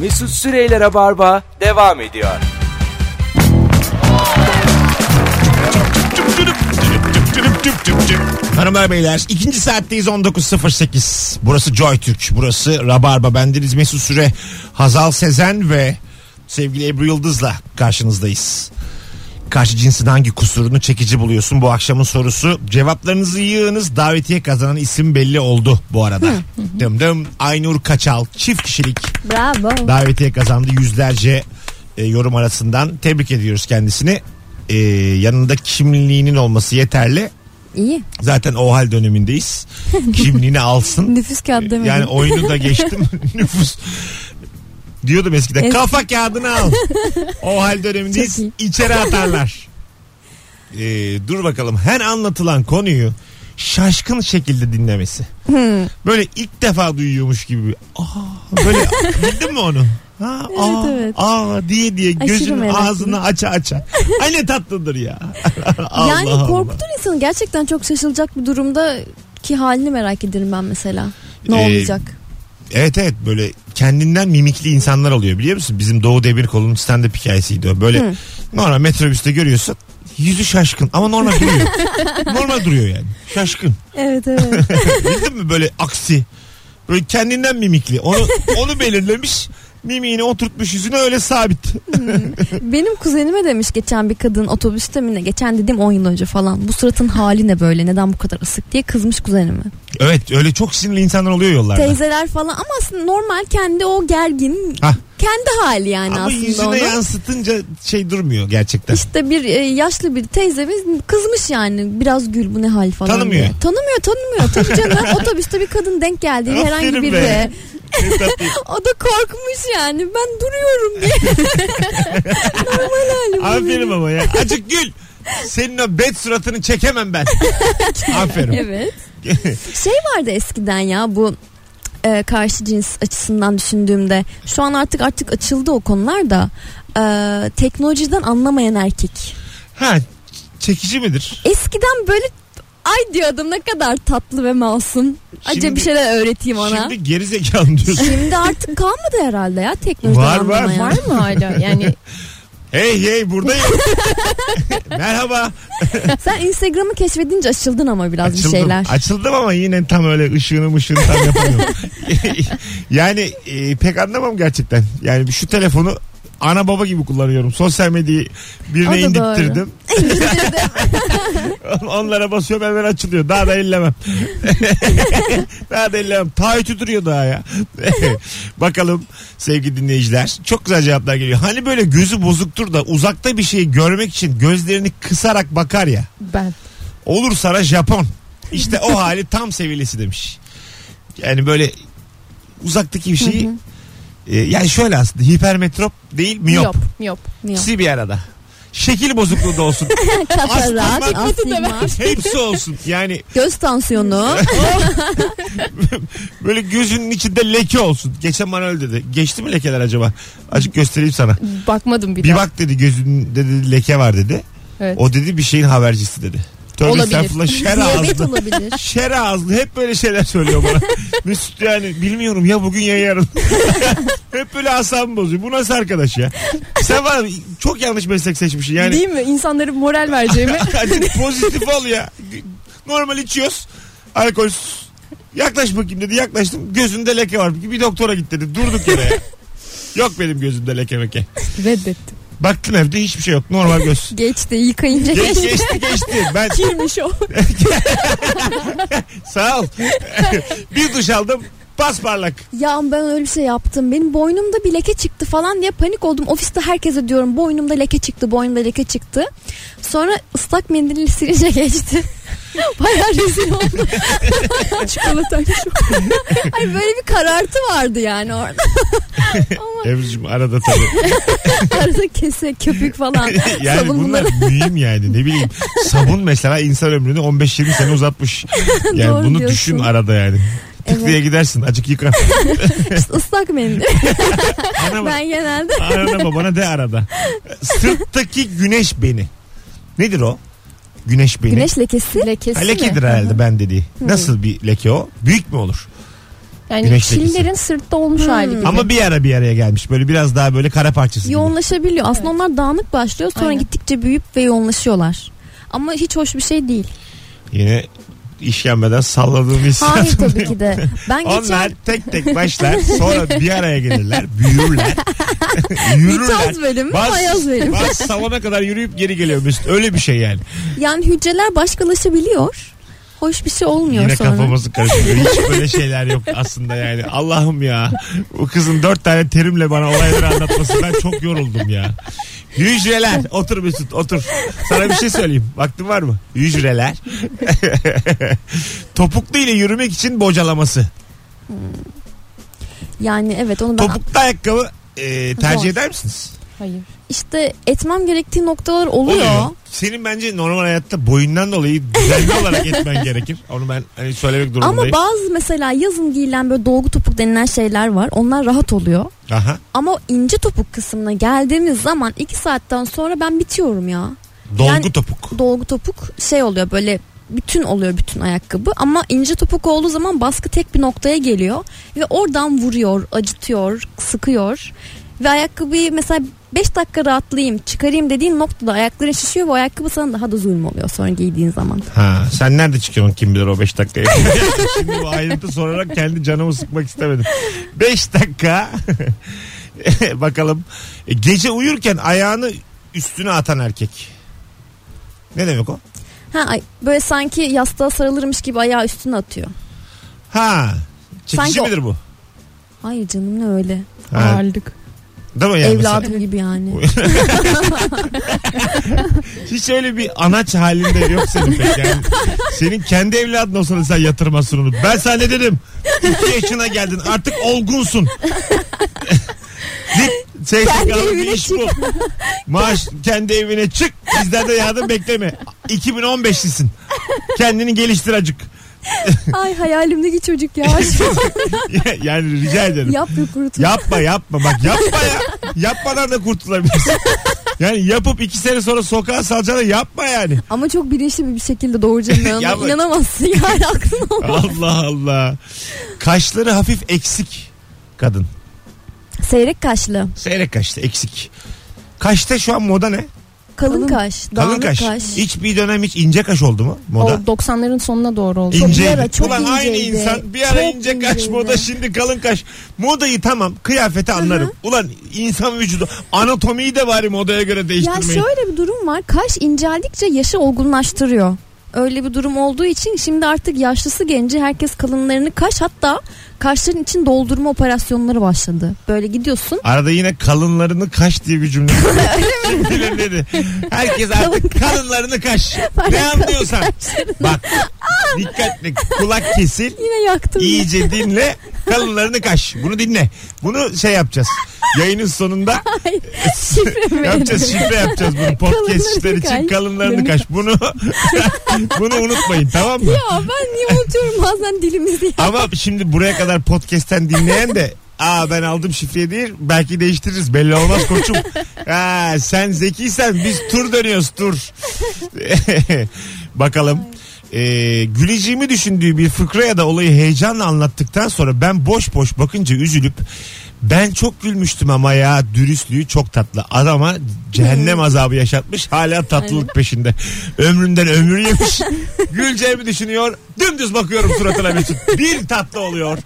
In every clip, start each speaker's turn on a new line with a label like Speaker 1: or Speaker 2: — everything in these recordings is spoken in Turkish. Speaker 1: Mesut Süreyler'e barba devam ediyor.
Speaker 2: Hanımlar beyler ikinci saatteyiz 19.08. Burası Joy Türk. Burası Rabarba. Bendeniz Mesut Süre, Hazal Sezen ve sevgili Ebru Yıldız'la karşınızdayız. Karşı cinsin hangi kusurunu çekici buluyorsun bu akşamın sorusu. Cevaplarınızı yığınız davetiye kazanan isim belli oldu bu arada. dım dım Aynur Kaçal çift kişilik
Speaker 3: Bravo.
Speaker 2: davetiye kazandı yüzlerce e, yorum arasından. Tebrik ediyoruz kendisini. E, yanında kimliğinin olması yeterli.
Speaker 3: İyi.
Speaker 2: Zaten o hal dönemindeyiz. Kimliğini alsın.
Speaker 3: Nüfus kağıdı demedim.
Speaker 2: yani oyunu da geçtim. Nüfus diyordum eskiden.
Speaker 3: Eski-
Speaker 2: Kafa kağıdını al. O hal dönemindeyiz.
Speaker 3: Çok iyi.
Speaker 2: İçeri atarlar. Ee, dur bakalım. Her anlatılan konuyu şaşkın şekilde dinlemesi. Böyle ilk defa duyuyormuş gibi. Aa, böyle bildin mi onu? Ha, aa,
Speaker 3: evet.
Speaker 2: aa diye diye
Speaker 3: Aşırı
Speaker 2: gözünü
Speaker 3: meraklı.
Speaker 2: ağzını aça aça. Ay ne tatlıdır ya.
Speaker 3: yani
Speaker 2: Allah Allah.
Speaker 3: korkutur insanı. Gerçekten çok şaşılacak bir durumda ki halini merak ederim ben mesela. Ne
Speaker 2: Ee,
Speaker 3: olacak?
Speaker 2: Evet evet böyle kendinden mimikli insanlar oluyor biliyor musun? Bizim Doğu Demirkol'un stand-up hikayesiydi o. Böyle normal metrobüste görüyorsun yüzü şaşkın ama normal duruyor. normal duruyor yani şaşkın.
Speaker 3: Evet evet.
Speaker 2: Bildin mi böyle aksi? Böyle kendinden mimikli. Onu, onu belirlemiş mimiğini oturtmuş yüzüne öyle sabit.
Speaker 3: Benim kuzenime demiş geçen bir kadın otobüste mi ne? Geçen dediğim 10 yıl önce falan. Bu suratın hali ne böyle? Neden bu kadar ısık diye kızmış kuzenime.
Speaker 2: Evet öyle çok sinirli insanlar oluyor yollarda.
Speaker 3: Teyzeler falan ama aslında normal kendi o gergin
Speaker 2: Hah.
Speaker 3: kendi hali yani
Speaker 2: ama
Speaker 3: aslında
Speaker 2: yüzüne
Speaker 3: onun.
Speaker 2: yansıtınca şey durmuyor gerçekten.
Speaker 3: İşte bir e, yaşlı bir teyzemiz kızmış yani biraz gül bu ne hal falan.
Speaker 2: Tanımıyor.
Speaker 3: diye. Tanımıyor tanımıyor. Tabii canım otobüste bir kadın denk geldi
Speaker 2: Aferin
Speaker 3: herhangi bir
Speaker 2: be.
Speaker 3: de.
Speaker 2: Ne tatlı.
Speaker 3: O da korkmuş yani ben duruyorum diye. Normal halim. bu
Speaker 2: Aferin
Speaker 3: benim.
Speaker 2: ama ya. Acık gül. Senin o bet suratını çekemem ben. Aferin.
Speaker 3: Evet. Şey vardı eskiden ya bu e, karşı cins açısından düşündüğümde şu an artık artık açıldı o konular da e, teknolojiden anlamayan erkek.
Speaker 2: Ha çekici midir?
Speaker 3: Eskiden böyle ay diyordum ne kadar tatlı ve masum. Acaba
Speaker 2: Şimdi-
Speaker 3: bir şeyler öğreteyim ona.
Speaker 2: Şimdi geri zekalı diyorsun.
Speaker 3: Şimdi artık kalmadı herhalde ya teknolojiden
Speaker 2: Var, var,
Speaker 3: anlamayan.
Speaker 2: var.
Speaker 4: Var mı hala? Yani
Speaker 2: hey hey buradayım. Merhaba.
Speaker 3: Sen Instagram'ı keşfedince açıldın ama biraz
Speaker 2: Açıldım.
Speaker 3: bir şeyler.
Speaker 2: Açıldım ama yine tam öyle ışığını ışığını tam yapamıyorum. yani e, pek anlamam gerçekten. Yani şu telefonu ana baba gibi kullanıyorum. Sosyal medyayı
Speaker 3: O da
Speaker 2: birine
Speaker 3: doğru.
Speaker 2: indirttirdim. On- Onlara basıyorum hemen açılıyor. Daha da ellemem. daha da ellemem. Taahhütü duruyor daha ya. Bakalım sevgili dinleyiciler. Çok güzel cevaplar geliyor. Hani böyle gözü bozuktur da uzakta bir şeyi görmek için gözlerini kısarak bakar ya.
Speaker 4: ben.
Speaker 2: Olur sana Japon. İşte o hali tam seviyesi demiş. Yani böyle uzaktaki bir şeyi e, yani şöyle aslında hipermetrop değil miyop.
Speaker 4: Miyop. Miyop.
Speaker 3: Yok.
Speaker 2: İkisi bir arada. Şekil bozukluğu da olsun.
Speaker 3: Katarak,
Speaker 2: Astigmat-
Speaker 3: astigmat,
Speaker 2: Hepsi olsun. Yani
Speaker 3: göz tansiyonu.
Speaker 2: böyle gözünün içinde leke olsun. Geçen bana öyle dedi. Geçti mi lekeler acaba? Azıcık göstereyim sana.
Speaker 4: Bakmadım bir,
Speaker 2: Bir
Speaker 4: daha.
Speaker 2: bak dedi gözünde dedi leke var dedi.
Speaker 4: Evet.
Speaker 2: O dedi bir şeyin habercisi dedi. Tövbe
Speaker 4: Olabilir.
Speaker 2: estağfurullah şer
Speaker 3: Diyabet
Speaker 2: ağızlı.
Speaker 3: olabilir.
Speaker 2: Şer ağızlı hep böyle şeyler söylüyor bana. Mesut yani bilmiyorum ya bugün ya yarın. hep böyle asabımı bozuyor. Bu nasıl arkadaş ya? Sen var ya, çok yanlış meslek seçmişsin yani.
Speaker 4: Değil mi? İnsanlara moral vereceğimi.
Speaker 2: Azıcık pozitif ol ya. Normal içiyoruz. Alkolsüz. Yaklaş bakayım dedi. Yaklaştım. Gözünde leke var. Bir doktora git dedi. Durduk yere ya. Yok benim gözümde leke meke.
Speaker 4: Reddettim.
Speaker 2: Baktım evde hiçbir şey yok. Normal göz.
Speaker 3: Geçti yıkayınca
Speaker 2: Geç,
Speaker 3: geçti.
Speaker 2: geçti geçti. Ben
Speaker 4: Kimmiş o?
Speaker 2: sağ ol. bir duş aldım. Pasparlak.
Speaker 3: Ya ben öyle bir şey yaptım. Benim boynumda bir leke çıktı falan diye panik oldum. Ofiste herkese diyorum boynumda leke çıktı, boynumda leke çıktı. Sonra ıslak mendille silince geçti. Baya rezil oldum.
Speaker 4: Çikolata.
Speaker 3: Ay böyle bir karartı vardı yani orada.
Speaker 2: Evrucuğum arada tabii.
Speaker 3: Arada kese, köpük falan.
Speaker 2: Yani
Speaker 3: Sabun
Speaker 2: bunlar mühim yani ne bileyim. Sabun mesela insan ömrünü 15-20 sene uzatmış. Yani
Speaker 3: Doğru
Speaker 2: bunu
Speaker 3: diyorsun.
Speaker 2: düşün arada yani. Tık
Speaker 3: Evet.
Speaker 2: diye gidersin acık yıka.
Speaker 3: İşte ıslak mendil.
Speaker 2: Ana bak.
Speaker 3: ben genelde
Speaker 2: Anana babana de arada. Sırttaki güneş beni. Nedir o? Güneş beni.
Speaker 3: güneş lekesi.
Speaker 4: Lekesi
Speaker 2: Ha,
Speaker 4: mi?
Speaker 2: lekedir herhalde ben dediği. Nasıl bir leke o? Büyük mü olur?
Speaker 4: Yani
Speaker 2: Güneş lekesi.
Speaker 4: Çinlerin sırtta olmuş
Speaker 3: Hmm.
Speaker 4: hali gibi.
Speaker 2: Ama bir ara bir araya gelmiş. Böyle biraz daha böyle kara parçası gibi.
Speaker 3: Yoğunlaşabiliyor. Aslında onlar dağınık başlıyor sonra
Speaker 4: Aynen.
Speaker 3: gittikçe büyüyüp ve yoğunlaşıyorlar. Ama hiç hoş bir şey değil.
Speaker 2: Yine işlenmeden salladığım hissiyat.
Speaker 3: Hayır tabii ki de. Ben
Speaker 2: Onlar
Speaker 3: geçen
Speaker 2: tek tek başlar sonra bir araya gelirler büyürler yürürler.
Speaker 3: mitoz bölümü, mayoz
Speaker 2: Bas,
Speaker 3: bölümü.
Speaker 2: bas salona kadar yürüyüp geri geliyor Mesut. Öyle bir şey yani.
Speaker 3: Yani hücreler başkalaşabiliyor. Hoş bir şey olmuyor
Speaker 2: Yine
Speaker 3: sonra.
Speaker 2: kafamızı karıştırıyor. Hiç böyle şeyler yok aslında yani. Allah'ım ya. Bu kızın dört tane terimle bana olayları anlatması. Ben çok yoruldum ya. Hücreler. Otur Mesut otur. Sana bir şey söyleyeyim. Vaktin var mı? Hücreler. Topuklu ile yürümek için bocalaması.
Speaker 3: Yani evet onu ben
Speaker 2: Topuklu ayakkabı e, tercih
Speaker 4: Zor.
Speaker 2: eder misiniz?
Speaker 4: Hayır.
Speaker 3: işte etmem gerektiği noktalar oluyor.
Speaker 2: Senin bence normal hayatta boyundan dolayı düzenli olarak etmen gerekir. Onu ben hani söylemek
Speaker 3: Ama
Speaker 2: durumundayım.
Speaker 3: bazı mesela yazın giyilen böyle dolgu topuk denilen şeyler var. Onlar rahat oluyor.
Speaker 2: Aha.
Speaker 3: Ama o ince topuk kısmına geldiğimiz zaman 2 saatten sonra ben bitiyorum ya.
Speaker 2: Dolgu
Speaker 3: Yani-
Speaker 2: topuk.
Speaker 3: Dolgu topuk şey oluyor böyle bütün oluyor bütün ayakkabı ama ince topuk olduğu zaman baskı tek bir noktaya geliyor ve oradan vuruyor, acıtıyor, sıkıyor. Ve ayakkabıyı mesela 5 dakika rahatlayayım, çıkarayım dediğin noktada ayakların şişiyor ve o ayakkabı sana daha da zulüm oluyor sonra giydiğin zaman.
Speaker 2: Ha, sen nerede çıkıyorsun kim bilir o 5 dakikaya. Şimdi bu ayrıntı sorarak kendi canımı sıkmak istemedim. 5 dakika. Bakalım. E, Gece uyurken ayağını üstüne atan erkek. Ne demek o?
Speaker 3: Ha ay- böyle sanki yastığa sarılırmış gibi ayağı üstüne atıyor.
Speaker 2: Ha. Çekici
Speaker 3: Sanki o-
Speaker 2: midir bu?
Speaker 3: Hayır canım ne öyle.
Speaker 2: Ha.
Speaker 4: Ağırlık.
Speaker 2: Değil mi yani?
Speaker 3: Evladım
Speaker 4: mesela-
Speaker 3: gibi yani.
Speaker 2: Hiç öyle bir anaç halinde yok senin pek yani. Senin kendi evladın olsa da sen yatırmazsın onu. Ben sana ne dedim? 2 yaşına geldin artık olgunsun. Git şey
Speaker 3: Kendi
Speaker 2: bakalım, bir
Speaker 3: evine
Speaker 2: iş bul. Maaş kendi evine çık. Bizden de yardım bekleme. 2015'lisin. Kendini geliştir acık.
Speaker 3: Ay hayalimdeki çocuk ya.
Speaker 2: yani rica ederim.
Speaker 3: Yap ve kurut.
Speaker 2: Yapma yapma bak yapma ya. Yapmadan da kurtulabilirsin. Yani yapıp iki sene sonra sokağa salacağına yapma yani.
Speaker 3: Ama çok bilinçli bir şekilde doğuracağım ben
Speaker 2: Ya bak-
Speaker 3: ona. İnanamazsın yani aklına olmaz.
Speaker 2: Allah Allah. Kaşları hafif eksik kadın.
Speaker 3: Seyrek kaşlı.
Speaker 2: Seyrek kaşta eksik. Kaşta şu an moda ne?
Speaker 3: Kalın,
Speaker 4: Kalın.
Speaker 3: kaş.
Speaker 2: Kalın
Speaker 3: Dağınık
Speaker 2: kaş.
Speaker 3: kaş.
Speaker 2: Hiç bir dönem hiç ince kaş oldu mu
Speaker 4: O
Speaker 2: moda?
Speaker 4: 90'ların sonuna doğru oldu.
Speaker 2: İnceydi.
Speaker 3: bir ara çok
Speaker 2: Ulan aynı
Speaker 3: inceydi.
Speaker 2: insan bir ara
Speaker 3: Çok
Speaker 2: ince kaş
Speaker 3: inceydi.
Speaker 2: moda şimdi kalın kaş. Modayı tamam kıyafeti anlarım. Ulan insan vücudu anatomiyi de bari modaya göre
Speaker 3: Ya
Speaker 2: değiştirmeyin.
Speaker 3: şöyle bir durum var. Kaş inceldikçe yaşı olgunlaştırıyor. Öyle bir durum olduğu için şimdi artık yaşlısı genci herkes kalınlarını kaş hatta kaşların için doldurma operasyonları başladı. Böyle gidiyorsun.
Speaker 2: Arada yine kalınlarını kaş diye bir cümle. Kim bilir dedi. Herkes artık kalınlarını kaş. Ne anlıyorsan. Bak dikkatli kulak kesil.
Speaker 3: Yine yaktım. ya.
Speaker 2: iyice dinle kalınlarını kaş. Bunu dinle. Bunu şey yapacağız. Yayının sonunda
Speaker 3: Şifre mi?
Speaker 2: yapacağız şifre yapacağız bunu podcast
Speaker 3: Kalınlarını
Speaker 2: işler için
Speaker 3: kaş.
Speaker 2: kalınlarını kaş. Bunu bunu unutmayın tamam mı?
Speaker 3: Ya ben niye unutuyorum bazen dilimizi ya.
Speaker 2: Ama şimdi buraya kadar podcast'ten dinleyen de Aa ben aldım şifreyi değil belki değiştiririz belli olmaz koçum. Ha, sen zekiysen biz tur dönüyoruz tur. Bakalım. Ee, güleceğimi düşündüğü bir fıkra ya da olayı heyecanla anlattıktan sonra ben boş boş bakınca üzülüp ben çok gülmüştüm ama ya dürüstlüğü çok tatlı. Adama cehennem azabı yaşatmış hala tatlılık peşinde. Ömründen ömür yemiş. Güleceğimi düşünüyor. Dümdüz bakıyorum suratına Mesut. Bir tatlı oluyor.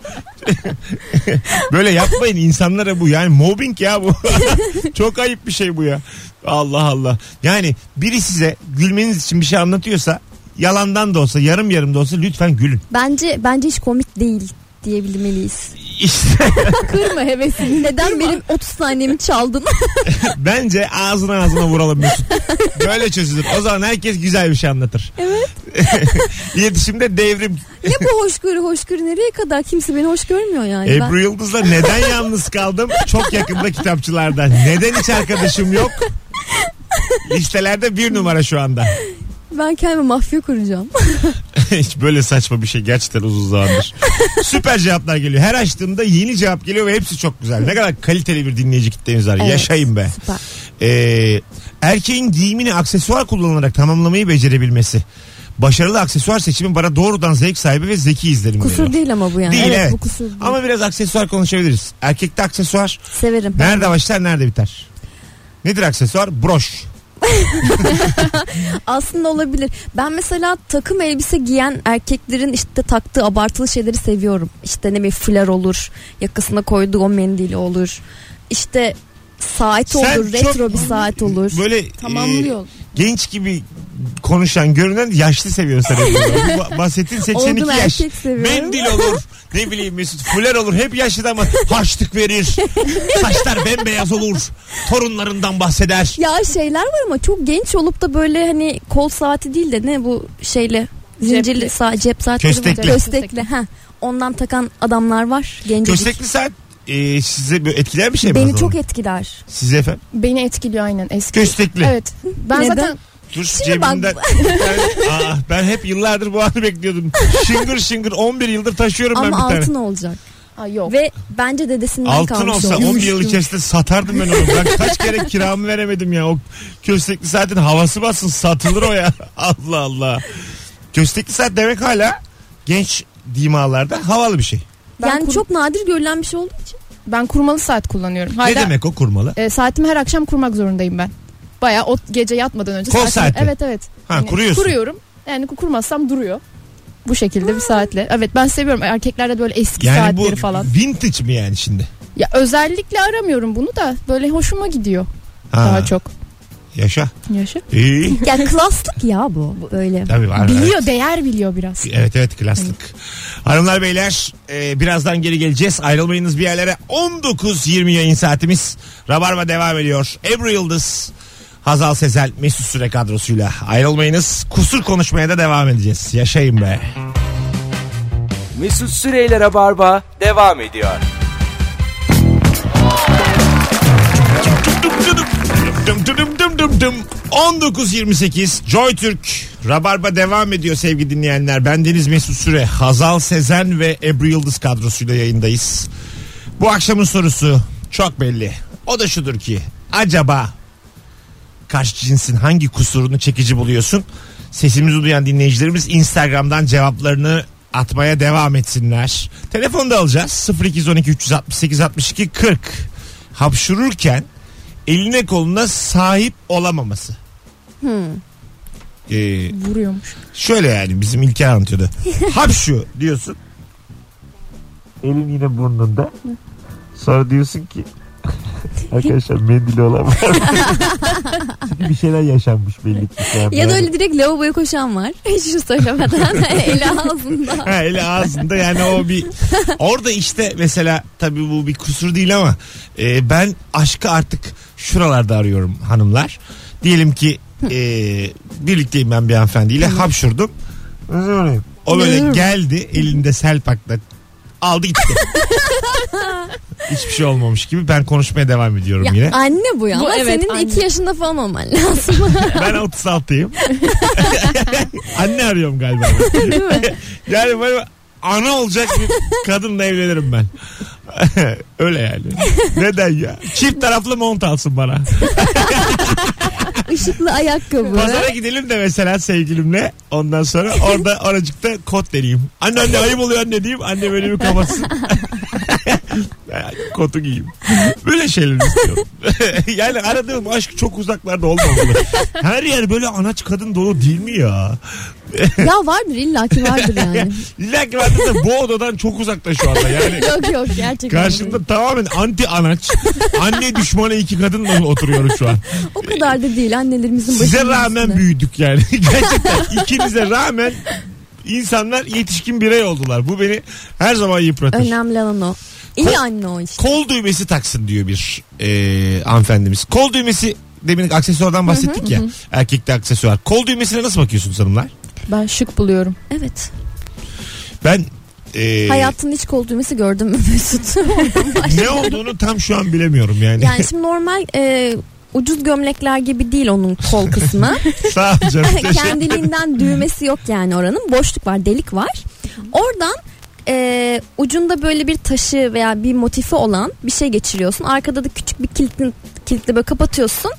Speaker 2: Böyle yapmayın insanlara bu yani mobbing ya bu. Çok ayıp bir şey bu ya. Allah Allah. Yani biri size gülmeniz için bir şey anlatıyorsa yalandan da olsa yarım yarım da olsa lütfen gülün.
Speaker 3: Bence bence hiç komik değil diyebilmeliyiz.
Speaker 2: İşte
Speaker 4: Kırma hevesini.
Speaker 3: Neden benim 30 saniyemi çaldın?
Speaker 2: bence ağzına ağzına vuralım Mesut. Böyle çözülür. O zaman herkes güzel bir şey anlatır. Evet. İletişimde devrim.
Speaker 3: ne bu hoşgörü hoşgörü nereye kadar kimse beni hoş görmüyor yani. Ben-
Speaker 2: Ebru Yıldız'la neden yalnız kaldım? Çok yakında kitapçılarda. Neden hiç arkadaşım yok? Listelerde bir numara şu anda.
Speaker 3: Ben kendime mafya kuracağım.
Speaker 2: Hiç böyle saçma bir şey gerçekten uzun zamandır. Süper cevaplar geliyor. Her açtığımda yeni cevap geliyor ve hepsi çok güzel. Ne kadar kaliteli bir dinleyici kitlemiz var.
Speaker 3: Evet.
Speaker 2: Yaşayın be.
Speaker 3: Süper.
Speaker 2: Ee, erkeğin giyimini aksesuar kullanarak tamamlamayı becerebilmesi. başarılı aksesuar seçimi bana doğrudan zevk sahibi ve zeki izlenim
Speaker 3: Kusur
Speaker 2: veriyor.
Speaker 3: değil ama bu yani.
Speaker 2: Değil,
Speaker 3: evet,
Speaker 2: evet.
Speaker 3: bu kusur değil.
Speaker 2: Ama biraz aksesuar konuşabiliriz. Erkekte aksesuar
Speaker 3: Severim.
Speaker 2: nerede başlar nerede biter? Nedir aksesuar? Broş.
Speaker 3: Aslında olabilir. Ben mesela takım elbise giyen erkeklerin işte taktığı abartılı şeyleri seviyorum. İşte ne bileyim flar olur. Yakasına koyduğu o mendili olur. İşte saat
Speaker 2: Sen
Speaker 3: olur.
Speaker 2: çok
Speaker 3: Retro bir saat olur.
Speaker 2: Böyle e,
Speaker 4: Tamamlıyor.
Speaker 2: genç gibi konuşan görünen yaşlı seviyorsun sen. Bu Bahsettiğin 82
Speaker 3: Oldum
Speaker 2: yaş.
Speaker 3: erkek seviyorum.
Speaker 2: Mendil olur. Ne bileyim Mesut fuler olur. Hep yaşlı ama harçlık verir. Saçlar bembeyaz olur. Torunlarından bahseder.
Speaker 3: Ya şeyler var ama çok genç olup da böyle hani kol saati değil de ne bu şeyle zincirli
Speaker 4: Cepli.
Speaker 3: saat cep saatleri var.
Speaker 2: Köstekli.
Speaker 3: Köstekli. Ha. Ondan takan adamlar var. Gencecik.
Speaker 2: Köstekli saat e, size böyle etkiler bir şey mi?
Speaker 3: Beni
Speaker 2: o
Speaker 3: çok
Speaker 2: zaman?
Speaker 3: etkiler.
Speaker 2: Size efendim.
Speaker 4: Beni etkiliyor aynen eski.
Speaker 2: Köstekli.
Speaker 4: Evet. Ben
Speaker 3: Neden?
Speaker 4: zaten
Speaker 2: Dur
Speaker 3: Şimdi bak-
Speaker 2: cebimden. ben, Aa, ben hep yıllardır bu anı bekliyordum. Şıngır şıngır 11 yıldır taşıyorum ben bir
Speaker 3: Ama
Speaker 2: tane.
Speaker 3: altın olacak.
Speaker 4: Aa, yok.
Speaker 3: Ve bence dedesinden
Speaker 2: Altın
Speaker 3: kalmış
Speaker 2: olsa
Speaker 3: o.
Speaker 2: 11 yıl içerisinde satardım ben onu. Ben kaç kere kiramı veremedim ya. O köstekli saatin havası bassın satılır o ya. Allah Allah. Köstekli saat demek hala genç dimalarda havalı bir şey.
Speaker 4: Ben
Speaker 3: Yani
Speaker 4: kur-
Speaker 3: çok nadir görülen bir şey olduğu için.
Speaker 4: Ben kurmalı saat kullanıyorum. Hala,
Speaker 2: Ne demek o kurmalı?
Speaker 4: e, saatimi her akşam kurmak zorundayım ben. Baya o gece yatmadan önce.
Speaker 2: Kol
Speaker 4: saatimi-
Speaker 2: saati.
Speaker 4: Evet evet.
Speaker 2: Ha
Speaker 4: Yani
Speaker 2: kuruyorsun.
Speaker 4: Hani Kuruyorum. Yani ku- kurmazsam duruyor. Bu şekilde bir saatle. Evet ben seviyorum erkeklerde böyle eski
Speaker 2: Yani bu
Speaker 4: saatleri falan.
Speaker 2: vintage mi yani şimdi?
Speaker 4: Ya özellikle aramıyorum bunu da böyle hoşuma gidiyor
Speaker 2: Ha,
Speaker 4: daha çok.
Speaker 2: Yaşa.
Speaker 4: Yaşı.
Speaker 2: İyi.
Speaker 3: Ya klaslık ya bu. Böyle.
Speaker 2: Tabii var.
Speaker 4: Biliyor değer biliyor biraz.
Speaker 2: Evet evet klaslık. Hanımlar beyler e, birazdan geri geleceğiz. Ayrılmayınız bir yerlere. 19.20 yayın saatimiz. Rabarba devam ediyor. Ebru Yıldız, Hazal Sezel, Mesut Süre kadrosuyla. Ayrılmayınız. Kusur konuşmaya da devam edeceğiz. Yaşayın be.
Speaker 1: Mesut Süreyler'e barba devam ediyor.
Speaker 2: Dum dum dum dum dum dum dum dum. 19.28 Joy Türk Rabarba devam ediyor sevgili dinleyenler. Ben Deniz Mesut Süre, Hazal Sezen ve Ebru Yıldız kadrosuyla yayındayız. Bu akşamın sorusu çok belli. O da şudur ki acaba karşı cinsin hangi kusurunu çekici buluyorsun? Sesimizi duyan dinleyicilerimiz Instagram'dan cevaplarını atmaya devam etsinler. Telefonu da alacağız. 0212 368 62 40. Hapşururken eline koluna sahip olamaması.
Speaker 3: Hmm.
Speaker 2: Ee,
Speaker 4: Vuruyormuş.
Speaker 2: şöyle yani bizim İlker anlatıyordu. Hapşu diyorsun. Elin yine burnunda. Sonra diyorsun ki arkadaşlar mendili olan var mı? Çünkü bir şeyler yaşanmış belli ki. şu an.
Speaker 3: Ya da öyle direkt lavaboya koşan var. Hiç şu söylemeden eli ağzında.
Speaker 2: Ha, eli ağzında yani o bir orada işte mesela tabii bu bir kusur değil ama e, ben aşkı artık şuralarda arıyorum hanımlar. Diyelim ki e, birlikteyim ben bir hanımefendiyle hapşurdum. O böyle geldi elinde selpakla aldı gitti. Hiçbir şey olmamış gibi ben konuşmaya devam ediyorum
Speaker 3: Ya
Speaker 2: yine.
Speaker 3: anne bu ya.
Speaker 4: Bu
Speaker 3: Ama
Speaker 4: evet,
Speaker 3: senin
Speaker 4: anne.
Speaker 3: 2 yaşında falan olman lazım.
Speaker 2: Ben 36'yım. Anne arıyorum galiba.
Speaker 3: Değil mi?
Speaker 2: Yani böyle ana olacak bir kadınla evlenirim ben. Öyle yani. Neden ya? Çift taraflı mont alsın bana.
Speaker 3: Işıklı ayakkabı.
Speaker 2: Pazara gidelim de mesela sevgilimle. Ondan sonra orada oracıkta kot deneyeyim. Anne anne ayıp oluyor anne diyeyim. Anne böyle bir kapatsın. Kotu giyeyim. Böyle şeyler istiyorum. yani aradığım aşk çok uzaklarda olmamalı. Her yer böyle anaç kadın dolu değil mi ya?
Speaker 3: ya vardır illaki vardır yani.
Speaker 2: İlla ki vardır da bu odadan çok uzakta şu anda yani.
Speaker 3: yok yok gerçekten.
Speaker 2: Karşımda tamamen anti anaç. Anne düşmanı iki kadınla oturuyorum şu an.
Speaker 3: O kadar da değil annelerimizin
Speaker 2: Size
Speaker 3: başının
Speaker 2: rağmen
Speaker 3: üstüne.
Speaker 2: büyüdük yani. Gerçekten ikinize rağmen insanlar yetişkin birey oldular. Bu beni her zaman yıpratır.
Speaker 3: Önemli olan o. İyi
Speaker 2: şey. Ko-
Speaker 3: anne o işte.
Speaker 2: Kol düğmesi taksın diyor bir e, hanımefendimiz. Kol düğmesi demin aksesuardan bahsettik ya. Erkekte aksesuar. Kol düğmesine nasıl bakıyorsunuz hanımlar?
Speaker 4: Ben şık buluyorum.
Speaker 3: Evet.
Speaker 2: Ben e,
Speaker 3: Hayatının hiç kol düğmesi gördün mü Mesut?
Speaker 2: ne olduğunu tam şu an bilemiyorum yani.
Speaker 3: yani şimdi normal e, ucuz gömlekler gibi değil onun kol kısmı.
Speaker 2: Sağ ol canım. Teşekkür-
Speaker 3: Kendiliğinden düğmesi yok yani oranın. Boşluk var, delik var. Oradan e, ucunda böyle bir taşı veya bir motifi olan bir şey geçiriyorsun. Arkada da küçük bir kilitle, kilitle böyle kapatıyorsun.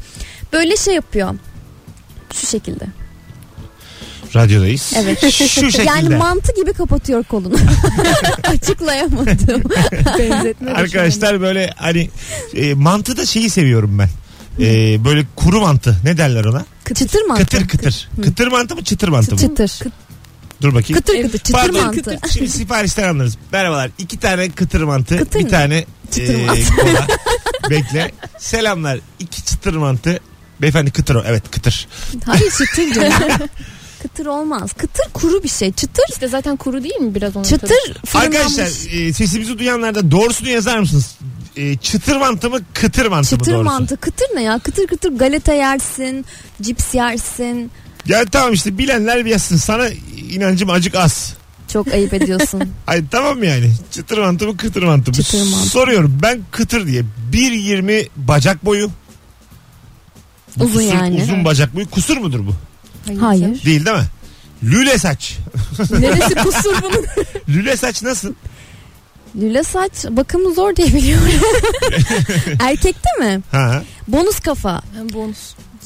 Speaker 3: Böyle şey yapıyor. Şu şekilde.
Speaker 2: Radyodayız.
Speaker 4: Evet.
Speaker 2: Şu şekilde.
Speaker 3: Yani mantı gibi kapatıyor kolunu. Açıklayamadım.
Speaker 4: Benzetme.
Speaker 2: Arkadaşlar böyle hani e, mantı da şeyi seviyorum ben. E, böyle kuru mantı ne derler ona?
Speaker 3: çıtır mantı.
Speaker 2: Kıtır kıtır. Kıtır mantı mı çıtır mantı mı?
Speaker 3: Çıtır.
Speaker 2: Dur bakayım.
Speaker 3: Kıtır kıtır çıtır
Speaker 2: Pardon.
Speaker 3: mantı.
Speaker 2: Şimdi siparişten anlarız. Merhabalar. İki tane kıtır mantı.
Speaker 3: Kıtır
Speaker 2: bir
Speaker 3: mı?
Speaker 2: tane
Speaker 3: Çıtır
Speaker 2: e,
Speaker 3: mantı.
Speaker 2: kola. Bekle. Selamlar. İki çıtır mantı. Beyefendi kıtır o. Evet kıtır.
Speaker 3: Hayır çıtır canım. kıtır olmaz. Kıtır kuru bir şey. Çıtır
Speaker 4: İşte zaten kuru değil mi biraz onun tadı?
Speaker 3: çıtır fırınlanmış.
Speaker 2: Arkadaşlar e, sesimizi duyanlarda doğrusunu yazar mısınız? E, çıtır mantı mı kıtır mantı mı
Speaker 3: Çıtır
Speaker 2: doğrusu?
Speaker 3: mantı kıtır ne ya? Kıtır kıtır galeta yersin, cips yersin.
Speaker 2: Ya tamam işte bilenler bilsin. Sana inancım acık az.
Speaker 3: Çok ayıp ediyorsun.
Speaker 2: Ay tamam mı yani? Çıtır mantı mı kıtır mantı mı?
Speaker 3: Çıtır mantı.
Speaker 2: Soruyorum ben kıtır diye. 1.20 bacak boyu. Bu
Speaker 3: Uzun yani.
Speaker 2: Uzun bacak boyu. Kusur mudur bu?
Speaker 3: Hayır.
Speaker 2: Değil değil mi? Lüle saç.
Speaker 4: Neresi kusur bunun?
Speaker 2: Lüle saç nasıl?
Speaker 3: Lüle saç bakımı zor diye biliyorum. Erkekte mi?
Speaker 2: Ha.
Speaker 3: Bonus kafa.
Speaker 4: bonus.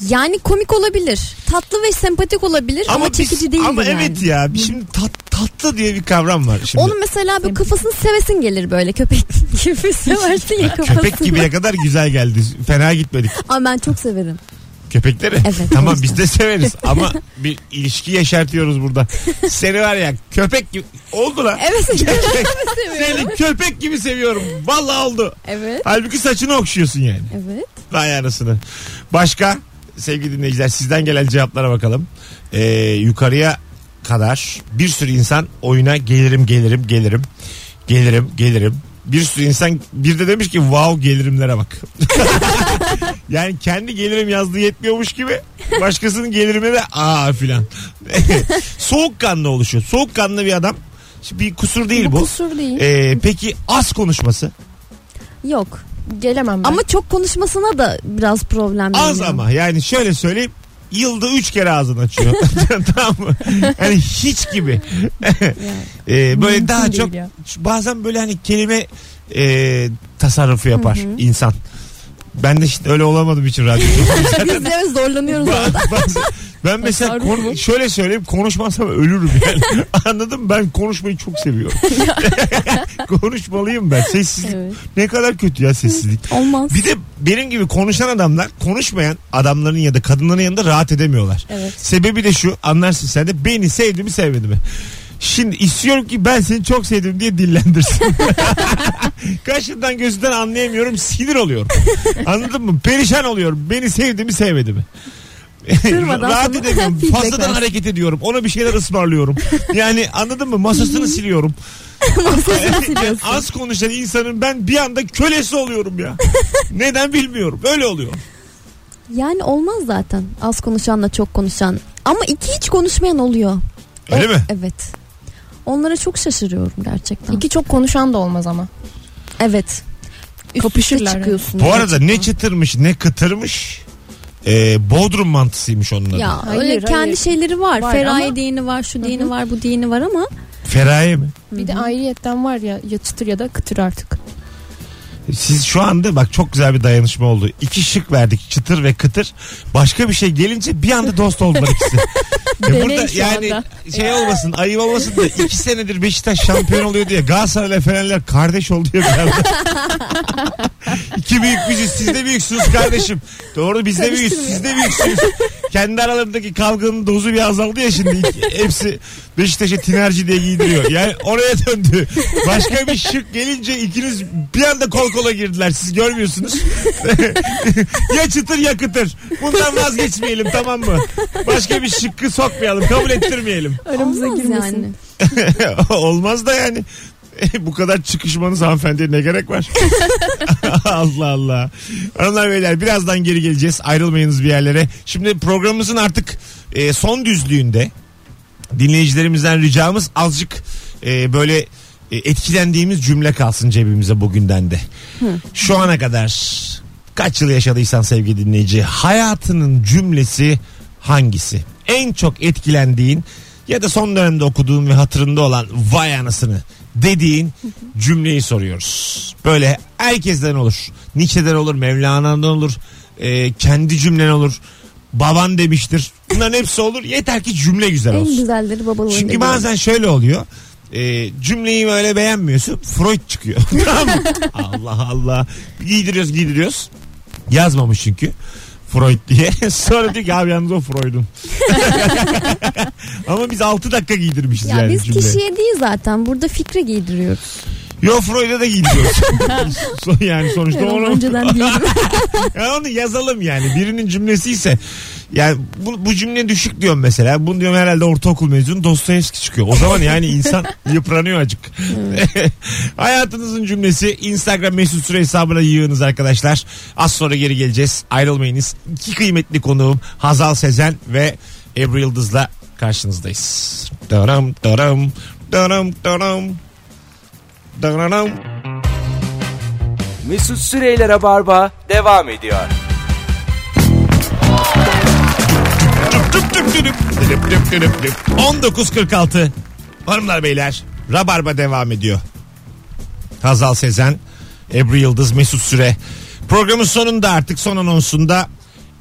Speaker 3: Yani komik olabilir. Tatlı ve sempatik olabilir ama,
Speaker 2: biz-
Speaker 3: çekici değil
Speaker 2: Ama
Speaker 3: yani.
Speaker 2: evet ya. Bir şimdi tat- tatlı diye bir kavram var şimdi.
Speaker 3: Onun mesela bir kafasını sevesin gelir böyle köpek gibi seversin ya kafasını.
Speaker 2: Köpek gibiye kadar güzel geldi. Fena gitmedik.
Speaker 3: Ama ben çok severim.
Speaker 2: Köpekleri.
Speaker 3: Evet,
Speaker 2: tamam
Speaker 3: o yüzden.
Speaker 2: biz de severiz ama bir ilişki yaşartıyoruz burada. Seni var ya köpek gibi oldu lan.
Speaker 3: Evet.
Speaker 2: Seni köpek gibi seviyorum. Vallahi oldu.
Speaker 3: evet.
Speaker 2: Halbuki saçını okşuyorsun yani.
Speaker 3: Evet.
Speaker 2: Vay anasını. Başka sevgili dinleyiciler sizden gelen cevaplara bakalım. Ee, yukarıya kadar bir sürü insan oyuna gelirim gelirim gelirim gelirim gelirim. Bir sürü insan bir de demiş ki wow gelirimlere bak. yani kendi gelirim yazdığı yetmiyormuş gibi başkasının gelirime de aa filan. Soğukkanlı oluşuyor. Soğukkanlı bir adam. Şimdi bir kusur değil bu.
Speaker 4: Kusur değil.
Speaker 2: Ee, peki az konuşması. E-
Speaker 3: Yok.
Speaker 4: Gelemem ben.
Speaker 3: Ama çok konuşmasına da biraz problem.
Speaker 2: Az
Speaker 3: veriyor.
Speaker 2: ama yani şöyle söyleyeyim yılda üç kere ağzını açıyor. tamam mı? Hani hiç gibi. Ee, böyle
Speaker 4: Mümkün
Speaker 2: daha
Speaker 4: değil
Speaker 2: çok
Speaker 4: ya.
Speaker 2: bazen böyle hani kelime e, tasarrufu yapar insan. Ben de işte öyle olamadığım için radyo.
Speaker 3: Biz de evet zorlanıyoruz.
Speaker 2: Ba- bazen- ben mesela
Speaker 4: Tasarruf
Speaker 2: kon-
Speaker 4: mu?
Speaker 2: şöyle söyleyeyim konuşmazsam ölürüm yani. Anladın mı? Ben konuşmayı çok seviyorum. Konuşmalıyım ben. Sessizlik
Speaker 4: Evet.
Speaker 2: ne kadar kötü ya sessizlik.
Speaker 3: Olmaz.
Speaker 2: Bir de benim gibi konuşan adamlar konuşmayan adamların ya da kadınların yanında rahat edemiyorlar.
Speaker 4: Evet.
Speaker 2: Sebebi de şu anlarsın sen de beni sevdi mi sevmedi mi? Şimdi istiyorum ki ben seni çok sevdim diye dillendirsin. Kaşından gözünden anlayamıyorum sinir oluyorum. Anladın mı? Perişan oluyorum. Beni sevdi mi sevmedi mi?
Speaker 3: Kırmadan
Speaker 2: rahat
Speaker 3: sana
Speaker 2: edemiyorum.
Speaker 3: feedback
Speaker 2: Fazladan
Speaker 3: ver.
Speaker 2: hareket ediyorum. Ona bir şeyler ısmarlıyorum. Yani anladın mı? Masasını siliyorum. Yani Az konuşan insanın ben bir anda kölesi oluyorum ya. Neden bilmiyorum. Öyle oluyor.
Speaker 3: Yani olmaz zaten. Az konuşanla çok konuşan. Ama iki hiç konuşmayan oluyor.
Speaker 2: Öyle mi?
Speaker 3: Evet. Onlara çok şaşırıyorum gerçekten.
Speaker 4: İki çok konuşan da olmaz ama.
Speaker 3: Evet. Üst
Speaker 4: Kapışırlar
Speaker 3: üste
Speaker 4: yani.
Speaker 3: çıkıyorsun.
Speaker 2: Bu arada ne çıtırmış ne kıtırmış. Ee, Bodrum mantısıymış onun adı.
Speaker 3: ya
Speaker 4: Hayır,
Speaker 3: öyle
Speaker 4: hayır.
Speaker 3: kendi şeyleri var.
Speaker 4: Var
Speaker 3: Feraye
Speaker 4: ama-
Speaker 3: dini var, şu dini var, bu dini var ama
Speaker 2: Feraye mi?
Speaker 4: Bir de ayrıyetten var ya ya çıtır ya da kıtır artık.
Speaker 2: Siz şu anda bak çok güzel bir dayanışma oldu. İki şık verdik çıtır ve kıtır. Başka bir şey gelince bir anda dost oldular ikisi. E
Speaker 4: Deney
Speaker 2: burada
Speaker 4: şu
Speaker 2: yani
Speaker 4: anda.
Speaker 2: şey olmasın ayıp olmasın da iki senedir Beşiktaş şampiyon oluyor diye Galatasaray'la Fenerler kardeş oldu ya bir anda. İki büyük biziz siz de büyüksünüz kardeşim. Doğru biz de büyüğüz siz de büyüksünüz. Kendi aralarındaki kavganın dozu bir azaldı ya şimdi. İki- Hepsi Beşiktaş'a tinerci diye giydiriyor. Yani oraya döndü. Başka bir şık gelince ikiniz bir anda kol kola girdiler. Siz görmüyorsunuz. ya çıtır ya kıtır. Bundan vazgeçmeyelim tamam mı? Başka bir şıkkı sokmayalım. Kabul ettirmeyelim.
Speaker 4: Aramıza
Speaker 3: olmaz
Speaker 4: girmesin.
Speaker 3: yani.
Speaker 2: Olmaz da yani. Bu kadar çıkışmanız hanımefendi ne gerek var? Allah Allah. Hanımlar beyler birazdan geri geleceğiz. Ayrılmayınız bir yerlere. Şimdi programımızın artık e, son düzlüğünde dinleyicilerimizden ricamız azıcık e, böyle e, etkilendiğimiz cümle kalsın cebimize bugünden de. Şu ana kadar kaç yıl yaşadıysan sevgili dinleyici hayatının cümlesi hangisi? En çok etkilendiğin ya da son dönemde okuduğun ve hatırında olan vay anasını dediğin cümleyi soruyoruz. Böyle herkesten olur. Nietzsche'den olur, Mevlana'dan olur, e, kendi cümlen olur. Baban demiştir. Bunların hepsi olur. Yeter ki cümle güzel
Speaker 3: En
Speaker 2: olsun.
Speaker 3: güzelleri babaların
Speaker 2: Çünkü
Speaker 3: dediği.
Speaker 2: bazen şöyle oluyor. Ee, cümleyi böyle beğenmiyorsun. Freud çıkıyor. Tamam mı? Allah Allah. Giydiriyoruz giydiriyoruz. Yazmamış çünkü. Freud diye. Sonra diyor ki abi yalnız o Freud'un. Ama biz 6 dakika giydirmişiz
Speaker 3: Ya
Speaker 2: yani
Speaker 3: biz
Speaker 2: cümleyi.
Speaker 3: kişiye değil zaten burada fikre giydiriyoruz.
Speaker 2: Yo Freud'a da giydiriyoruz. So- yani sonuçta
Speaker 3: Ben onu
Speaker 2: onu,
Speaker 3: önceden bildim.
Speaker 2: Ya onu yazalım yani. Birinin cümlesi ise yani bu, bu cümle düşük diyorum mesela. Bunu diyorum herhalde ortaokul mezunu Dostoyevski çıkıyor. O zaman yani insan yıpranıyor acık. Hayatınızın cümlesi Instagram mesut süre hesabına yığınız arkadaşlar. Az sonra geri geleceğiz. Ayrılmayınız. İki kıymetli konuğum Hazal Sezen ve Ebru Yıldız'la karşınızdayız. Daram daram daram daram daram.
Speaker 1: Mesut Süreyler'e barba devam ediyor.
Speaker 2: Tüp tüp tüp tüp tüp tüp tüp tüp tüp. 19.46 Hanımlar beyler Rabarba devam ediyor. Hazal Sezen, Ebru Yıldız, Mesut Süre. Programın sonunda artık son anonsunda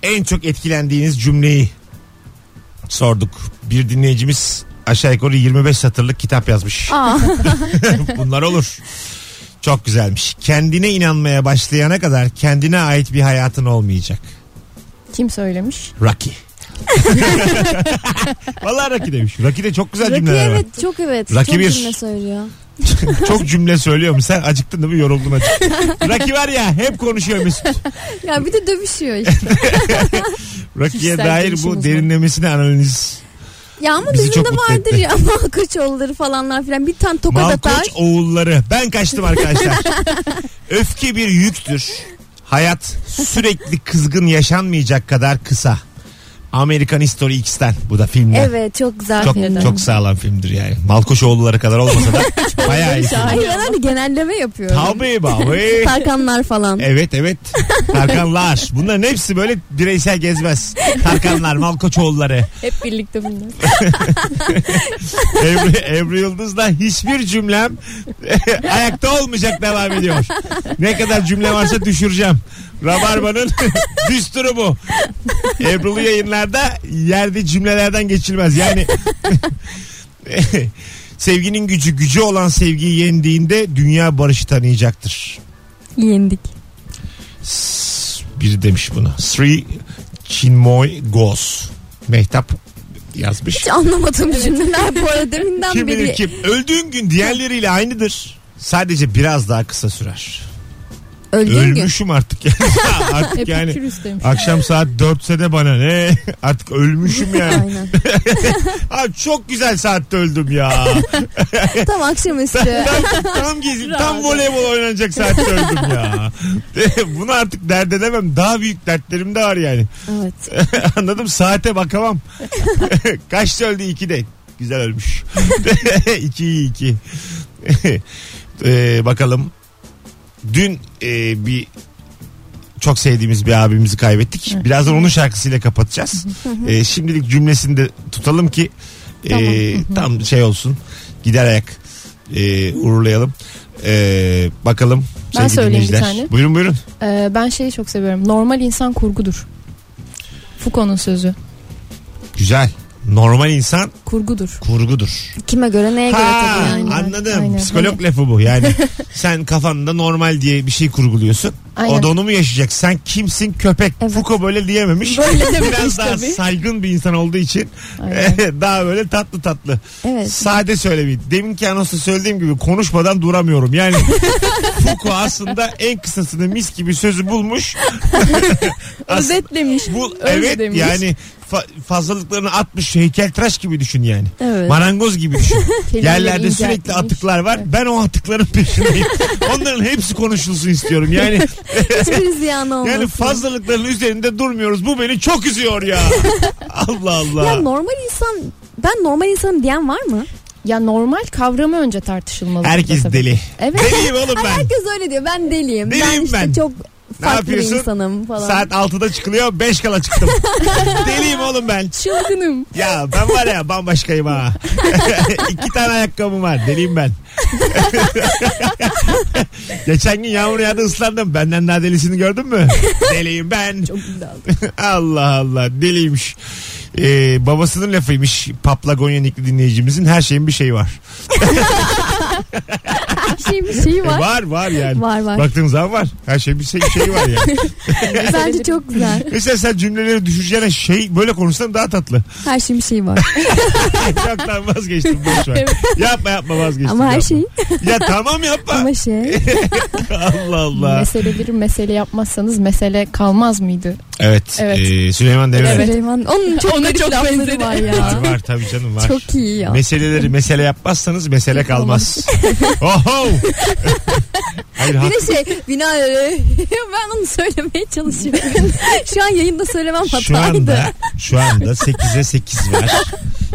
Speaker 2: en çok etkilendiğiniz cümleyi sorduk. Bir dinleyicimiz aşağı yukarı 25 satırlık kitap yazmış.
Speaker 3: Aa.
Speaker 2: Bunlar olur. Çok güzelmiş. Kendine inanmaya başlayana kadar kendine ait bir hayatın olmayacak.
Speaker 4: Kim söylemiş?
Speaker 2: Rocky. Vallahi Rocky demiş. Rocky de çok güzel
Speaker 3: Rocky
Speaker 2: cümleler var.
Speaker 3: evet çok evet.
Speaker 2: Rocky
Speaker 3: çok
Speaker 2: bir.
Speaker 3: cümle söylüyor.
Speaker 2: çok cümle söylüyorum. Sen acıktın değil mi? Yoruldun acık. Rocky var ya hep konuşuyor Mesut.
Speaker 3: Ya bir de dövüşüyor işte.
Speaker 2: Rocky'ye
Speaker 4: Kişisel
Speaker 2: dair
Speaker 4: gelişim
Speaker 2: bu
Speaker 4: uzmanı.
Speaker 2: derinlemesine analiz.
Speaker 3: ya ama
Speaker 2: Bizi
Speaker 3: bizim
Speaker 2: çok
Speaker 3: de
Speaker 2: mutlu
Speaker 3: vardır
Speaker 2: etti.
Speaker 3: ya Malkoçoğulları falanlar filan. Bir tane tokat atar.
Speaker 2: Malkoç oğulları. Ben kaçtım arkadaşlar. Öfke bir yüktür. Hayat sürekli kızgın yaşanmayacak kadar kısa. American History X'ten. Bu da filmden.
Speaker 3: Evet çok güzel
Speaker 2: Çok,
Speaker 3: filmler.
Speaker 2: çok sağlam filmdir yani. Malkoç oğulları kadar olmasa da bayağı iyi film.
Speaker 3: Ay genelde genelleme yapıyorum.
Speaker 2: Tabii E- babi.
Speaker 3: Tarkanlar falan.
Speaker 2: Evet evet. Tarkanlar. Bunların hepsi böyle bireysel gezmez. Tarkanlar, Malkoçoğulları.
Speaker 4: Hep birlikte bunlar.
Speaker 2: Ebru, Ebru Yıldız'la hiçbir cümlem ayakta olmayacak devam ediyor. Ne kadar cümle varsa düşüreceğim. Rabarba'nın düsturu bu. Ebru'lu yayınlarda yerde cümlelerden geçilmez. Yani sevginin gücü gücü olan sevgiyi yendiğinde dünya barışı tanıyacaktır.
Speaker 3: Yendik.
Speaker 2: S- biri demiş bunu. Sri Chinmoy Ghoz. Mehtap yazmış.
Speaker 3: Hiç anlamadım cümleler bu arada deminden
Speaker 2: Kim bilir
Speaker 3: beri.
Speaker 2: kim. Öldüğün gün diğerleriyle aynıdır. Sadece biraz daha kısa sürer.
Speaker 3: Öldüğün gün.
Speaker 2: Ölmüşüm artık yani. artık yani
Speaker 4: Epikürüs demiş.
Speaker 2: akşam saat 4'se de bana ne? Artık ölmüşüm yani.
Speaker 3: Aynen.
Speaker 2: Abi çok güzel saatte öldüm ya.
Speaker 3: Tam akşamüstü.
Speaker 2: tam, tam gezip tam voleybol oynanacak saatte öldüm ya. Bunu artık dert edemem. Daha büyük dertlerim de var yani.
Speaker 3: evet.
Speaker 2: Anladım saate bakamam. Kaçta öldü? İkide. Güzel ölmüş. iki iyi iki. Ee, bakalım. Dün e, bir çok sevdiğimiz bir abimizi kaybettik. Birazdan onun şarkısıyla kapatacağız. Ee, şimdilik cümlesini de tutalım ki e, tam şey olsun. Gider ayak e, uğurlayalım. Ee, bakalım.
Speaker 4: Ben
Speaker 2: sevgili
Speaker 4: söyleyeyim bir
Speaker 2: dinleyiciler.
Speaker 4: tane.
Speaker 2: Buyurun buyurun.
Speaker 4: Ee, ben şeyi çok seviyorum. Normal insan kurgudur. Foucault'un sözü.
Speaker 2: Güzel. Normal insan
Speaker 4: Kurgudur.
Speaker 2: kurgudur.
Speaker 3: Kime göre neye göre
Speaker 2: Ha,
Speaker 3: tabii yani.
Speaker 2: anladım.
Speaker 4: Aynen.
Speaker 2: Psikolog
Speaker 4: Hani-
Speaker 2: lafı bu. Yani sen kafanda normal diye bir şey kurguluyorsun.
Speaker 4: Aynen.
Speaker 2: O da onu mu yaşayacak? Sen kimsin köpek?
Speaker 3: Evet.
Speaker 2: Foucault böyle diyememiş.
Speaker 4: Böyle dememiş
Speaker 2: Biraz daha
Speaker 4: tabii.
Speaker 2: saygın bir insan olduğu için
Speaker 4: Aynen.
Speaker 2: daha böyle tatlı tatlı.
Speaker 3: Evet.
Speaker 2: Sade söylemeyi. Deminki anonsta söylediğim gibi konuşmadan duramıyorum. Yani Foucault aslında en kısasını mis gibi sözü bulmuş.
Speaker 4: Özetlemiş.
Speaker 2: Bu
Speaker 4: Öyle
Speaker 2: evet
Speaker 4: demiş.
Speaker 2: yani fa- fazlalıklarını atmış heykeltıraş gibi düşün yani.
Speaker 3: Evet.
Speaker 2: Marangoz gibi düşün.
Speaker 4: Kelimeleri
Speaker 2: Yerlerde sürekli
Speaker 4: inceltmiş.
Speaker 2: atıklar var. Ben o atıkların peşindeyim. Onların hepsi konuşulsun istiyorum. Yani
Speaker 3: Hiçbir ziyan olmasın.
Speaker 2: yani fazlalıkların üzerinde durmuyoruz. Bu beni çok üzüyor ya. Allah Allah.
Speaker 3: Ya normal insan ben normal insanım diyen var mı?
Speaker 4: Ya normal kavramı önce tartışılmalı.
Speaker 2: Herkes
Speaker 4: Tabii.
Speaker 2: deli.
Speaker 3: Evet.
Speaker 2: Deliyim oğlum
Speaker 3: Ay,
Speaker 2: ben.
Speaker 3: herkes öyle diyor. Ben deliyim. ben
Speaker 2: Deliyim
Speaker 3: işte
Speaker 2: ben.
Speaker 3: çok farklı bir
Speaker 2: yapıyorsun?
Speaker 3: insanım falan.
Speaker 2: Saat 6'da çıkılıyor 5 kala çıktım. Deliyim oğlum ben.
Speaker 4: Çılgınım.
Speaker 2: Ya ben var ya bambaşkayım ha. İki tane ayakkabım var. Deliyim ben. Geçen gün yağmur yağdı ıslandım. Benden daha delisini gördün mü? Deliyim ben.
Speaker 4: Çok güzel.
Speaker 2: Allah Allah deliymiş. Ee, babasının lafıymış Paplagonyanikli dinleyicimizin her şeyin bir şeyi var.
Speaker 3: Her şeyin bir şeyi
Speaker 2: E,
Speaker 3: var.
Speaker 2: var var yani.
Speaker 3: Var var.
Speaker 2: Baktığın zaman var. Her şeyin bir şey, bir şeyi var yani.
Speaker 3: Bence çok güzel.
Speaker 2: Mesela sen cümleleri düşüreceğine şey böyle konuşsan daha tatlı.
Speaker 3: Her şeyin bir şeyi var.
Speaker 2: Yaptan vazgeçtim boş ver. Yapma yapma vazgeçtim.
Speaker 3: Ama her
Speaker 2: yapma.
Speaker 3: şeyin
Speaker 2: Ya tamam yapma.
Speaker 3: ama şey.
Speaker 2: Allah Allah.
Speaker 4: Mesele bir mesele yapmazsanız mesele kalmaz mıydı?
Speaker 2: Evet.
Speaker 4: Evet.
Speaker 2: e, Süleyman Demirel.
Speaker 4: Evet.
Speaker 3: Süleyman. Onun çok
Speaker 4: Ona
Speaker 3: garip
Speaker 4: çok
Speaker 3: lafları
Speaker 4: benzedi.
Speaker 3: var
Speaker 2: Var
Speaker 3: ya.
Speaker 2: var tabii canım var.
Speaker 3: çok iyi ya.
Speaker 2: Meseleleri mesele yapmazsanız mesele kalmaz. Oho. Hayır
Speaker 3: Bir
Speaker 2: hak,
Speaker 3: de şey binaenaleyh ben onu söylemeye çalışıyorum. Şu an yayında söylemem
Speaker 2: şu
Speaker 3: hataydı.
Speaker 2: anda şu anda 8'e 8 var.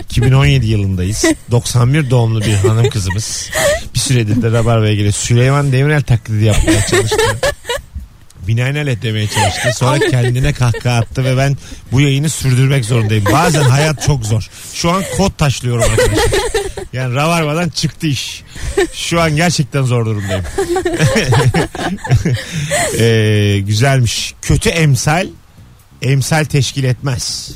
Speaker 2: 2017 yılındayız. 91 doğumlu bir hanım kızımız. Bir süredir de Rabarba'ya geliyor. Süleyman Demirel taklidi yapmaya çalıştı. Binaenaleyh demeye çalıştı. Sonra kendine kahkaha attı ve ben bu yayını sürdürmek zorundayım. Bazen hayat çok zor. Şu an kod taşlıyorum arkadaşlar. Yani Rabarba'dan çıktı iş. Şu an gerçekten zor durumdayım. Ee, güzelmiş. Kötü emsal emsal teşkil etmez.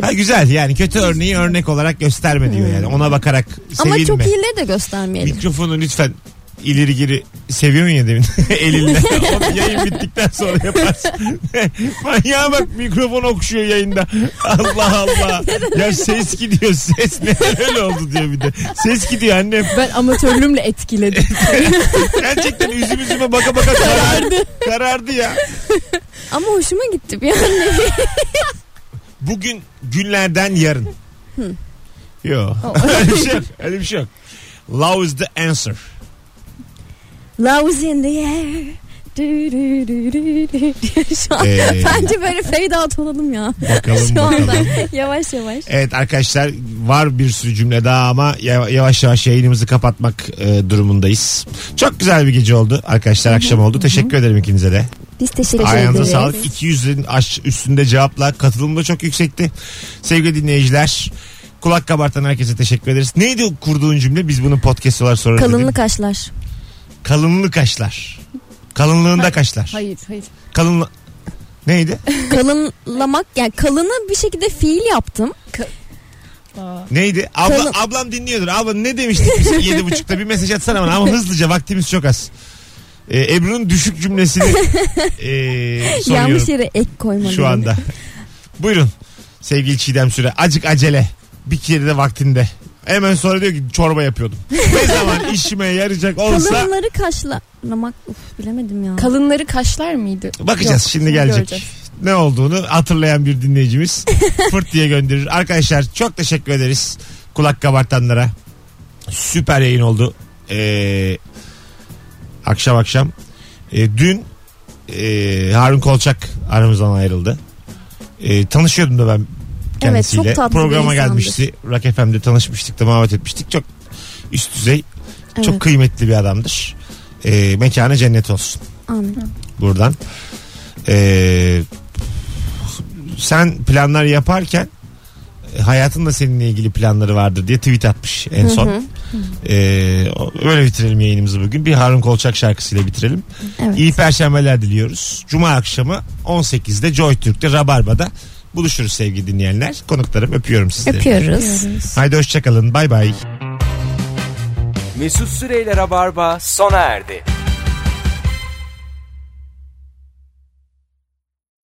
Speaker 2: Ha güzel yani kötü örneği örnek olarak gösterme diyor yani. Ona bakarak sevilme.
Speaker 3: Ama çok iyileri de göstermeyelim.
Speaker 2: Mikrofonu lütfen ileri geri seviyorsun ya demin elinle. Onu yayın bittikten sonra yaparsın. Manyağa bak mikrofon okşuyor yayında. Allah Allah. ya ses gidiyor ses ne öyle oldu diyor bir de. Ses gidiyor annem.
Speaker 4: Ben amatörlüğümle etkiledim.
Speaker 2: Gerçekten üzüm üzüme baka baka karardı. karardı ya.
Speaker 3: Ama hoşuma gitti bir an.
Speaker 2: Bugün günlerden yarın. Yok.
Speaker 3: Oh.
Speaker 2: öyle bir şey yok. Öyle bir şey yok. Love is the answer.
Speaker 3: Love is in the air. Dü dü dü dü dü dü. Şu an
Speaker 2: Ee.
Speaker 3: bence böyle fade out olalım ya.
Speaker 2: Bakalım
Speaker 3: Şu
Speaker 2: bakalım.
Speaker 3: anda yavaş yavaş.
Speaker 2: Evet arkadaşlar var bir sürü cümle daha ama ya- yavaş yavaş yayınımızı kapatmak e, durumundayız. Çok güzel bir gece oldu arkadaşlar akşam oldu. Teşekkür ederim ikinize de.
Speaker 3: Biz teşekkür
Speaker 2: Ayağınıza
Speaker 3: ederiz.
Speaker 2: sağlık. 200'lerin aş- üstünde cevapla. Katılım da çok yüksekti. Sevgili dinleyiciler kulak kabartan herkese teşekkür ederiz. Neydi o kurduğun cümle? Biz bunu podcast olarak sorarız. dedim.
Speaker 3: Kalınlık aşlar.
Speaker 2: Kalınlığı kaşlar. Kalınlığında kaşlar.
Speaker 4: hayır hayır.
Speaker 2: Kalın Neydi?
Speaker 3: Kalınlamak yani kalını bir şekilde fiil yaptım.
Speaker 4: Aa,
Speaker 2: Neydi? Abla,
Speaker 3: Kalın-
Speaker 2: Ablam dinliyordur. Abla ne demiştik biz yedi buçukta? Bir mesaj atsana bana ama hızlıca vaktimiz çok az. Ee, Ebru'nun düşük cümlesini ee,
Speaker 3: Yanlış
Speaker 2: soruyorum
Speaker 3: yere ek koymadım.
Speaker 2: şu anda. Buyurun sevgili Çiğdem Süre. Acık acele. Bir kere de vaktinde. Hemen sonra diyor ki çorba yapıyordum. ne zaman işime yarayacak olsa
Speaker 3: Kalınları kaşlamak uf bilemedim ya.
Speaker 4: kalınları kaşlar mıydı?
Speaker 2: bakacağız
Speaker 4: Yok,
Speaker 2: şimdi gelecek.
Speaker 4: göreceğiz.
Speaker 2: ne olduğunu hatırlayan bir dinleyicimiz fırt diye gönderir. Arkadaşlar çok teşekkür ederiz kulak kabartanlara. Süper yayın oldu. Ee, akşam akşam. Ee, dün e, Harun Kolçak aramızdan ayrıldı. Ee, tanışıyordum da ben kendisiyle.
Speaker 3: çok tatlı bir
Speaker 2: Programa
Speaker 3: insandır.
Speaker 2: gelmişti. Rock FM'de tanışmıştık da muhabbet etmiştik. Çok üst düzey, çok
Speaker 3: Evet.
Speaker 2: kıymetli bir adamdır. Ee, mekanı cennet olsun
Speaker 3: Amin.
Speaker 2: buradan. Ee, sen planlar yaparken e, hayatın da seninle ilgili planları vardır diye tweet atmış en son. Ee, o- öyle bitirelim yayınımızı bugün. Bir Harun Kolçak şarkısıyla bitirelim.
Speaker 3: Evet.
Speaker 2: İyi perşembeler diliyoruz. Cuma akşamı 18'de Joy Türk'te Rabarba'da buluşuruz sevgili dinleyenler. Konuklarım öpüyorum sizleri.
Speaker 3: Öpüyoruz.
Speaker 2: Haydi hoşçakalın. Bay bay.
Speaker 1: Mesut Süreyler'e barba sona erdi.